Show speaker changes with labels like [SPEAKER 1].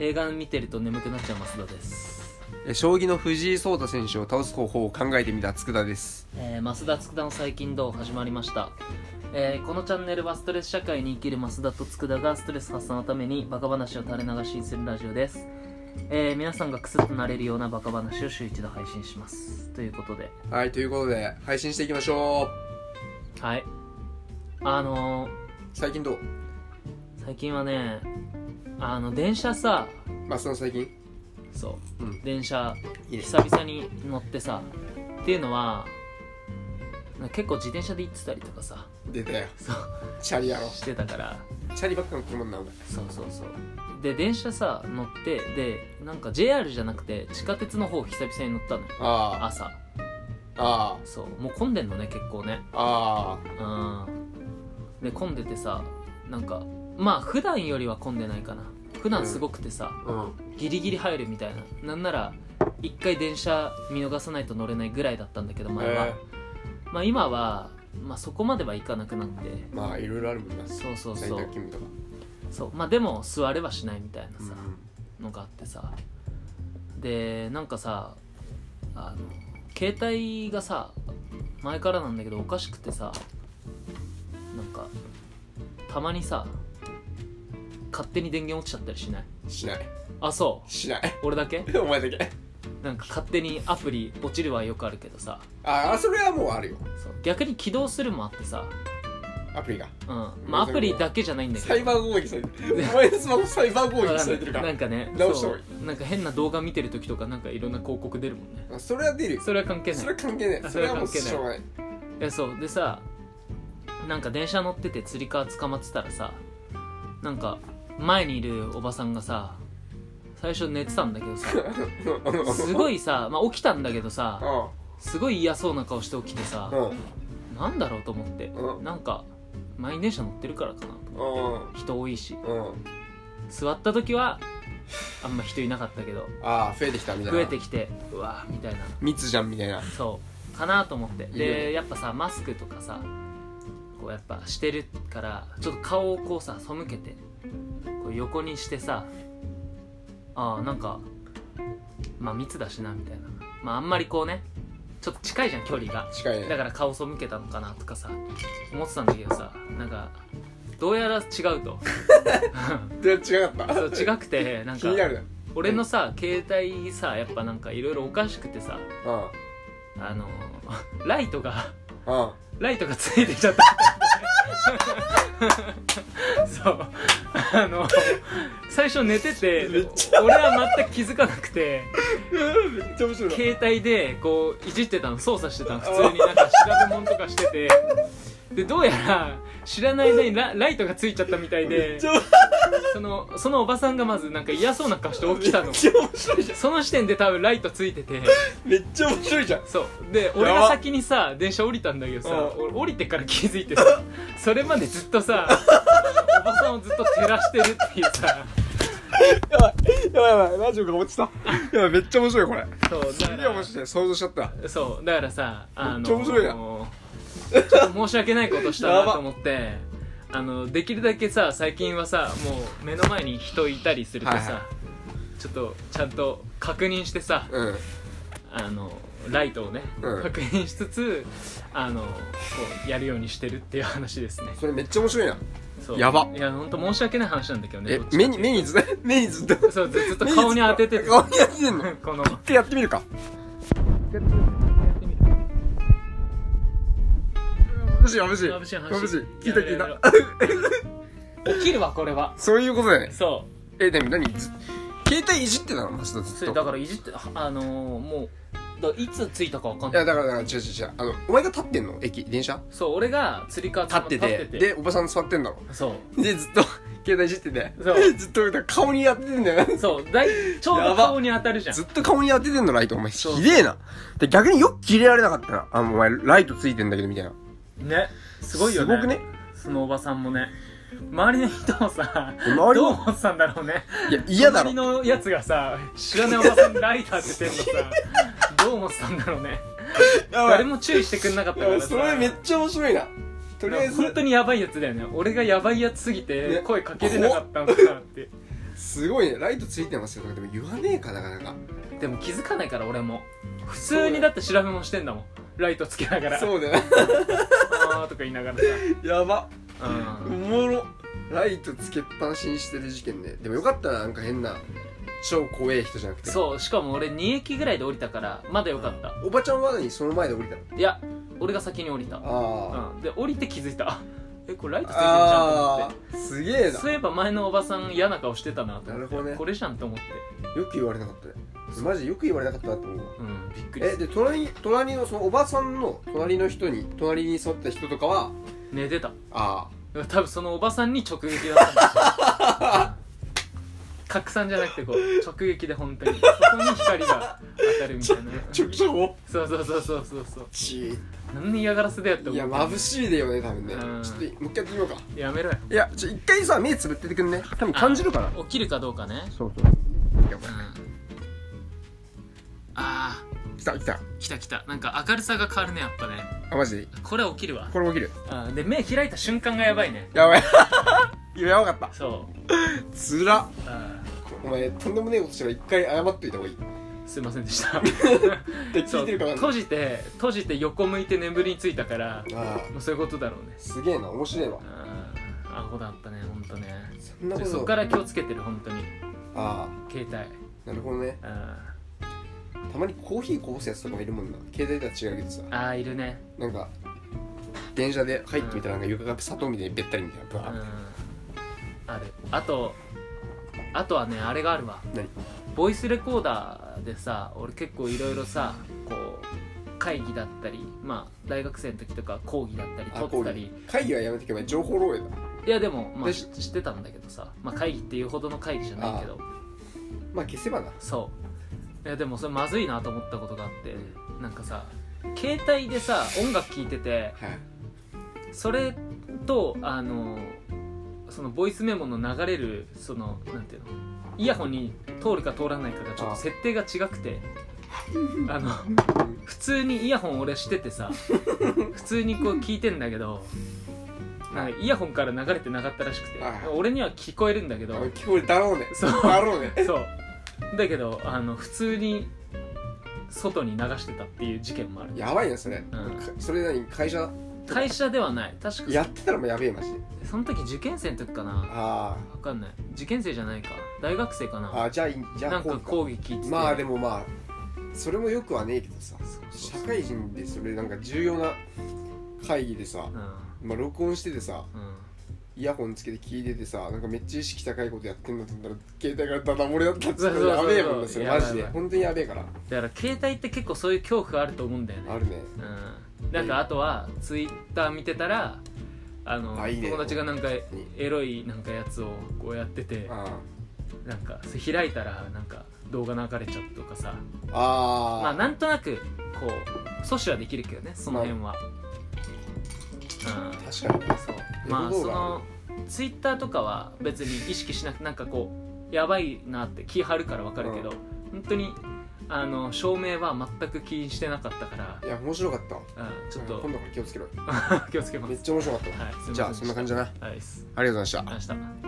[SPEAKER 1] 映画見てると眠くなっちゃう増田です、
[SPEAKER 2] え将棋の藤井聡太選手を倒す方法を考えてみた佃です
[SPEAKER 1] えー、増田佃の最近どう始まりました、えーこのチャンネルはストレス社会に生きる増田と佃がストレス発散のためにバカ話を垂れ流しにするラジオです、えー皆さんがクスッとなれるようなバカ話を週一度配信しますということで
[SPEAKER 2] はいということで配信していきましょう
[SPEAKER 1] はいあのー、
[SPEAKER 2] 最近どう
[SPEAKER 1] 最近はねあの電車さ
[SPEAKER 2] マスの最近
[SPEAKER 1] そう、
[SPEAKER 2] うん
[SPEAKER 1] 電車
[SPEAKER 2] いいね
[SPEAKER 1] 久々に乗ってさっていうのはなんか結構自転車で行ってたりとかさ
[SPEAKER 2] 出たよ
[SPEAKER 1] そう
[SPEAKER 2] チャリやろ
[SPEAKER 1] してたから
[SPEAKER 2] チャリばっかの着物なんだ
[SPEAKER 1] そうそうそうで電車さ乗ってでなんか JR じゃなくて地下鉄の方久々に乗ったのよ
[SPEAKER 2] あ
[SPEAKER 1] 朝
[SPEAKER 2] ああ
[SPEAKER 1] そうもう混んでんのね結構ね
[SPEAKER 2] ああ
[SPEAKER 1] うんで混んでてさなんかまあ普段よりは混んでないかな普段すごくてさ、
[SPEAKER 2] あうん
[SPEAKER 1] ギリギリ入るみたいななんなら一回電車見逃さないと乗れないぐらいだったんだけど前は、
[SPEAKER 2] え
[SPEAKER 1] まあ今は、まあ、そこまではいかなくなって
[SPEAKER 2] ーまあいろいろあるもんな
[SPEAKER 1] そうそう
[SPEAKER 2] 在
[SPEAKER 1] そ
[SPEAKER 2] 宅
[SPEAKER 1] う
[SPEAKER 2] 勤務とか
[SPEAKER 1] そうまあでも座れはしないみたいな
[SPEAKER 2] う
[SPEAKER 1] さ、
[SPEAKER 2] ん
[SPEAKER 1] のがあってさでなんかさあの携帯がさ前からなんだけどおかしくてさなんかたまにさ勝手に電源落ちちゃったりしない
[SPEAKER 2] しない
[SPEAKER 1] あそ
[SPEAKER 2] しない
[SPEAKER 1] う俺だけ
[SPEAKER 2] お前だけ
[SPEAKER 1] なんか勝手にアプリ落ちるはよくあるけどさ
[SPEAKER 2] ああそれはもうあるよ
[SPEAKER 1] そう逆に起動するもあってさ、
[SPEAKER 2] アプリが
[SPEAKER 1] うんまあ、アプリだけじゃないんだけ
[SPEAKER 2] サ
[SPEAKER 1] ど
[SPEAKER 2] イバー攻撃されてるお前のスマホサイバー攻撃されてるか
[SPEAKER 1] な
[SPEAKER 2] ら
[SPEAKER 1] んかね
[SPEAKER 2] 直した方がいい
[SPEAKER 1] そうなんか変な動画見てる時とかなんかいろんな広告出るもんね
[SPEAKER 2] あそれは出るよ
[SPEAKER 1] それは関係ない
[SPEAKER 2] それは関係ないそれはもう
[SPEAKER 1] それは関係ない
[SPEAKER 2] しょうがない
[SPEAKER 1] いやそうでさなんか電車乗っててつり革捕まってたらさなんか前にいるおばさんがさ最初寝てたんだけどさ すご
[SPEAKER 2] い
[SPEAKER 1] いさ、まあ、起きたんだけどさ
[SPEAKER 2] あ
[SPEAKER 1] すごい嫌そうな顔して起きてさ
[SPEAKER 2] あうん
[SPEAKER 1] なんだろうと思って
[SPEAKER 2] うん
[SPEAKER 1] なんか満員電車乗ってるからかなと思って
[SPEAKER 2] うん
[SPEAKER 1] 人多いし
[SPEAKER 2] うん
[SPEAKER 1] 座った時はあんま人いなかったけど
[SPEAKER 2] ああ増えてきたみたい
[SPEAKER 1] 増
[SPEAKER 2] な
[SPEAKER 1] えてきてうわーみたいな
[SPEAKER 2] 密じゃんみたいな
[SPEAKER 1] そうかなと思って
[SPEAKER 2] いいよね
[SPEAKER 1] でやっぱさマスクとかさこうやっぱしてるからちょっと顔をこうさ背けてこう横にしてさあーなんかまあ密だしなみたいなまああんまりこうねちょっと近いじゃん距離が
[SPEAKER 2] 近い
[SPEAKER 1] だ
[SPEAKER 2] ね
[SPEAKER 1] から顔背けたのかなとかさ思ってたんだけどさなんかどうやら違う と
[SPEAKER 2] で違かった
[SPEAKER 1] そう違くてなん
[SPEAKER 2] 気
[SPEAKER 1] か
[SPEAKER 2] になる
[SPEAKER 1] 俺のさ携帯さやっぱなんかいろいろおかしくてさ
[SPEAKER 2] うん
[SPEAKER 1] あの ライトが
[SPEAKER 2] うん
[SPEAKER 1] ライトがついてきちゃった。 そう。あの、最初寝てて
[SPEAKER 2] めっ、
[SPEAKER 1] 俺は全く気づかなくて、
[SPEAKER 2] めっちゃ面白い
[SPEAKER 1] 携帯でこう、いじってたの、操作してたの、普通になんか調べ物とかしてて、で、どうやら、知らない間にラライトがついちゃったみたいで、
[SPEAKER 2] ゃ面
[SPEAKER 1] その、そのおばさんがまずなんか嫌そうな顔して起きたの。
[SPEAKER 2] めっちゃ面白いじゃ
[SPEAKER 1] その時点で多分ライトついてて、
[SPEAKER 2] んめっちゃ面白いじゃん
[SPEAKER 1] そうで俺
[SPEAKER 2] やば
[SPEAKER 1] が先にさ電車降りたんだけどさ
[SPEAKER 2] う
[SPEAKER 1] 俺降りてから気づいてさそれまでずっとさおばさんをずっと照らしてるっていうさ
[SPEAKER 2] やばいやばいやばいラジオが落ちたやばいめっちゃ面白いこれ
[SPEAKER 1] そうだ
[SPEAKER 2] す
[SPEAKER 1] か
[SPEAKER 2] げえ面
[SPEAKER 1] ら
[SPEAKER 2] 白い想像しちゃった
[SPEAKER 1] そうだからさあの
[SPEAKER 2] めっちゃ面白いな
[SPEAKER 1] ちょっと申し訳ないことした
[SPEAKER 2] や
[SPEAKER 1] な
[SPEAKER 2] ば
[SPEAKER 1] と思ってあのできるだけさ最近はさもう目の前に人いたりするとさ、
[SPEAKER 2] はいは
[SPEAKER 1] ちょっとちゃんと確認してさ
[SPEAKER 2] うん
[SPEAKER 1] あのライトをね、
[SPEAKER 2] うん
[SPEAKER 1] 確認しつつあのこうやるようにしてるっていう話ですね
[SPEAKER 2] それめっちゃ面白いな
[SPEAKER 1] そう
[SPEAKER 2] やば
[SPEAKER 1] いや本当申し訳ない話なんだけどね
[SPEAKER 2] え
[SPEAKER 1] どっちか
[SPEAKER 2] 目に目にず目にずっと
[SPEAKER 1] そうずずっと顔に当てて
[SPEAKER 2] 目
[SPEAKER 1] て
[SPEAKER 2] にずっと顔に当ててんの
[SPEAKER 1] この
[SPEAKER 2] 一回やってみるかむしろむしろ
[SPEAKER 1] 眩しい眩しい
[SPEAKER 2] 眩しい聞いた聞い
[SPEAKER 1] や
[SPEAKER 2] た
[SPEAKER 1] 起きるわこれは
[SPEAKER 2] そういうことだよね
[SPEAKER 1] そ
[SPEAKER 2] えでも何ず携帯いじってたのマスダ
[SPEAKER 1] う
[SPEAKER 2] ず
[SPEAKER 1] そ
[SPEAKER 2] っ
[SPEAKER 1] れ
[SPEAKER 2] と
[SPEAKER 1] だからいじってあのー、もうだいつ着いたかわかん
[SPEAKER 2] い
[SPEAKER 1] な
[SPEAKER 2] や
[SPEAKER 1] い
[SPEAKER 2] だからだから違う違う違うあのお前が立ってんの駅電車
[SPEAKER 1] そう俺がつり革
[SPEAKER 2] 立っててでおばさん座ってんだろ
[SPEAKER 1] そ
[SPEAKER 2] でずっと 携帯いじってて
[SPEAKER 1] そう
[SPEAKER 2] ずっとだから顔に当ててんだよ
[SPEAKER 1] うそうだいちょうど
[SPEAKER 2] やば
[SPEAKER 1] 顔に当たるじゃん
[SPEAKER 2] ずっと顔に当ててんのライトお前
[SPEAKER 1] そう
[SPEAKER 2] ひでえなで逆によく切れられなかったなあお前ライトついてんだけどみたいな
[SPEAKER 1] ねすごいよね
[SPEAKER 2] すごくね
[SPEAKER 1] そのおばさんもね周りの人もさ
[SPEAKER 2] 周りの
[SPEAKER 1] どう思ってたんだろうね
[SPEAKER 2] いや嫌だろ
[SPEAKER 1] 隣のやつがさ知らないおばさんにライターって言ってん のさどう思ってたんだろうね誰も注意してくんなかったからさ
[SPEAKER 2] それめっちゃ面白いなとりあえず
[SPEAKER 1] 本当にヤバいやつだよね俺がヤバいやつすぎて
[SPEAKER 2] ね
[SPEAKER 1] 声かけれなかったのかなって
[SPEAKER 2] すごいねライトついてますよとかでも言わねえかなかなか
[SPEAKER 1] でも気づかないから俺も普通にだって調べもしてんだもんライトつけながら
[SPEAKER 2] そうだよ
[SPEAKER 1] あーとか言いながらさ
[SPEAKER 2] やば
[SPEAKER 1] う
[SPEAKER 2] お
[SPEAKER 1] ん
[SPEAKER 2] もろライトつけっぱなしにしてる事件ねでもよかったらなんか変な超怖え人じゃなくて
[SPEAKER 1] そうしかも俺2駅ぐらいで降りたからまだよかった
[SPEAKER 2] おばちゃんは何その前で降りたの
[SPEAKER 1] いや俺が先に降りた
[SPEAKER 2] あ
[SPEAKER 1] うんで降りて気づいたあえこれライトついてるじゃんと思
[SPEAKER 2] あ
[SPEAKER 1] って
[SPEAKER 2] ーすげえな
[SPEAKER 1] そういえば前のおばさん嫌な顔してたなと
[SPEAKER 2] な
[SPEAKER 1] 思
[SPEAKER 2] る
[SPEAKER 1] っ
[SPEAKER 2] ほど
[SPEAKER 1] て
[SPEAKER 2] ね
[SPEAKER 1] これじゃんと思って
[SPEAKER 2] よく言われなかったねマジよく言われなかったなと思うわ
[SPEAKER 1] うんびっくり
[SPEAKER 2] え
[SPEAKER 1] する
[SPEAKER 2] で隣に隣のそのおばさんの隣の人に隣に座った人とかは
[SPEAKER 1] 寝てた
[SPEAKER 2] あ
[SPEAKER 1] 多分そのおばさんに直撃だったんだ 拡散じゃなくてこう直撃で本当にそこに光が当たるみたいな
[SPEAKER 2] あ直射法
[SPEAKER 1] そうそうそうそうそうそう
[SPEAKER 2] ち
[SPEAKER 1] 何で嫌がらせだよって
[SPEAKER 2] い
[SPEAKER 1] 思
[SPEAKER 2] や
[SPEAKER 1] う
[SPEAKER 2] 眩しいだよね多分ね
[SPEAKER 1] うん
[SPEAKER 2] ちょっともう一回やってみようか
[SPEAKER 1] やめろよ
[SPEAKER 2] いやちょ一回さ目つぶっててくんね多分感じるから
[SPEAKER 1] 起きるかどうかね
[SPEAKER 2] そうそうやば
[SPEAKER 1] う
[SPEAKER 2] い
[SPEAKER 1] んあ
[SPEAKER 2] 来た来た
[SPEAKER 1] ー来た来たなんか明るさが変わるねやっぱね
[SPEAKER 2] あマジで
[SPEAKER 1] これは起きるわ
[SPEAKER 2] これ起きる
[SPEAKER 1] あーで目開いた瞬間がやばいね
[SPEAKER 2] やばい いややばかっ
[SPEAKER 1] そう
[SPEAKER 2] たつらっ
[SPEAKER 1] あ
[SPEAKER 2] お前とんでもねえことしたら一回謝っといた方がいいっ
[SPEAKER 1] ーすいませんでした
[SPEAKER 2] て聞
[SPEAKER 1] そ
[SPEAKER 2] いうてるから
[SPEAKER 1] 閉じて閉じて横向いて眠りについたから
[SPEAKER 2] ああ
[SPEAKER 1] もうそういうことだろうね
[SPEAKER 2] すげえな面白いわ
[SPEAKER 1] あーアホだったね本当ね
[SPEAKER 2] そんなこ
[SPEAKER 1] で
[SPEAKER 2] と
[SPEAKER 1] そこから気をつけてる本当に
[SPEAKER 2] あ
[SPEAKER 1] 携帯
[SPEAKER 2] あなるほどね
[SPEAKER 1] あ
[SPEAKER 2] たまにコーヒーこぼすやつとかもいるもんな携帯とは違うけどさ
[SPEAKER 1] ーあーいるね
[SPEAKER 2] なんか電車で入ってみたらなんか床が砂糖みたいにべったりみたいなブ
[SPEAKER 1] う
[SPEAKER 2] ワー
[SPEAKER 1] んあるあとあとはねあれがあるわ
[SPEAKER 2] 何
[SPEAKER 1] ボイスレコーダーでさ俺結構いろいろさこう会議だったりまあ大学生の時とか講義だったり
[SPEAKER 2] あ
[SPEAKER 1] 撮
[SPEAKER 2] こ
[SPEAKER 1] っ
[SPEAKER 2] う
[SPEAKER 1] た
[SPEAKER 2] い
[SPEAKER 1] り
[SPEAKER 2] う会議はやめてけば情報漏洩だ
[SPEAKER 1] いやでもまあ
[SPEAKER 2] で
[SPEAKER 1] 知知ってたんだけどさ、まあ、会議っていうほどの会議じゃないけど
[SPEAKER 2] まあ消せばな
[SPEAKER 1] そういやでもそれまずいなと思ったことがあってなんかさ携帯でさ音楽聴いてて
[SPEAKER 2] はい
[SPEAKER 1] それとあのそのボイスメモの流れるそのなんていうのイヤホンに通るか通らないかがちょっ
[SPEAKER 2] あ
[SPEAKER 1] と設定が違くてあの普通にイヤホン俺しててさ普通にこう聞いてんだけどなんかイヤホンから流れてなかったらしくて
[SPEAKER 2] あ
[SPEAKER 1] 俺には聞こえるんだけど
[SPEAKER 2] 聞こえるだろうね
[SPEAKER 1] そう
[SPEAKER 2] だろうね
[SPEAKER 1] そうだけどあの普通に外に流してたっていう事件もある
[SPEAKER 2] やばいなそれ、
[SPEAKER 1] ん
[SPEAKER 2] かそれなに会社
[SPEAKER 1] 会社ではない確か
[SPEAKER 2] やってたらもうやべえマジで
[SPEAKER 1] その時受験生の時かな
[SPEAKER 2] あ
[SPEAKER 1] 分かんない受験生じゃないか大学生か
[SPEAKER 2] ーあ
[SPEAKER 1] な
[SPEAKER 2] ーじゃあいいじゃあ
[SPEAKER 1] なん
[SPEAKER 2] こ
[SPEAKER 1] か
[SPEAKER 2] う
[SPEAKER 1] 講義聞いてて
[SPEAKER 2] まあでもまあそれもよくはねえけどさ
[SPEAKER 1] そうそう
[SPEAKER 2] 社
[SPEAKER 1] そう
[SPEAKER 2] 会人でそれなんか重要な会議でさ、
[SPEAKER 1] うん
[SPEAKER 2] まあ、録音しててさ
[SPEAKER 1] うん
[SPEAKER 2] イヤホンつけて聞いててさなんかめっちゃ意識高いことやってんだと思ったら携帯がダダ漏れだったっつって
[SPEAKER 1] そうそう
[SPEAKER 2] や
[SPEAKER 1] そう
[SPEAKER 2] べえもんなそれ
[SPEAKER 1] やば
[SPEAKER 2] マ
[SPEAKER 1] い
[SPEAKER 2] ジで
[SPEAKER 1] やばい
[SPEAKER 2] 本当にやべえから
[SPEAKER 1] だから携帯って結構そういう恐怖あると思うんだよね
[SPEAKER 2] あるね
[SPEAKER 1] うんなんかあとはツイッター見てたらあの
[SPEAKER 2] あいいね
[SPEAKER 1] 友達がなんかエロいなんかやつをこうやってて
[SPEAKER 2] あ
[SPEAKER 1] なんかそれ開いたらなんか動画流れちゃうとかさ
[SPEAKER 2] ああー
[SPEAKER 1] まあなんとなくこう阻止はできるけどねその辺は、うん
[SPEAKER 2] 確か
[SPEAKER 1] そう
[SPEAKER 2] エロ
[SPEAKER 1] まあ
[SPEAKER 2] 動
[SPEAKER 1] そ
[SPEAKER 2] 画
[SPEAKER 1] のツイッターとかは別に意識しなくなんかこうやばいなって気張るからわかるけど、本当にあの照明は全く気にしてなかったから
[SPEAKER 2] にいや面白かったわ
[SPEAKER 1] うんちょっ
[SPEAKER 2] うん
[SPEAKER 1] と
[SPEAKER 2] 今度から気をつけろ
[SPEAKER 1] 気をつけま
[SPEAKER 2] めっ
[SPEAKER 1] す
[SPEAKER 2] ちゃ面白かった
[SPEAKER 1] は
[SPEAKER 2] わ
[SPEAKER 1] いすいませんでした
[SPEAKER 2] じゃあそんな感じだなあ
[SPEAKER 1] はいす
[SPEAKER 2] りがとうございました
[SPEAKER 1] ありがとうございました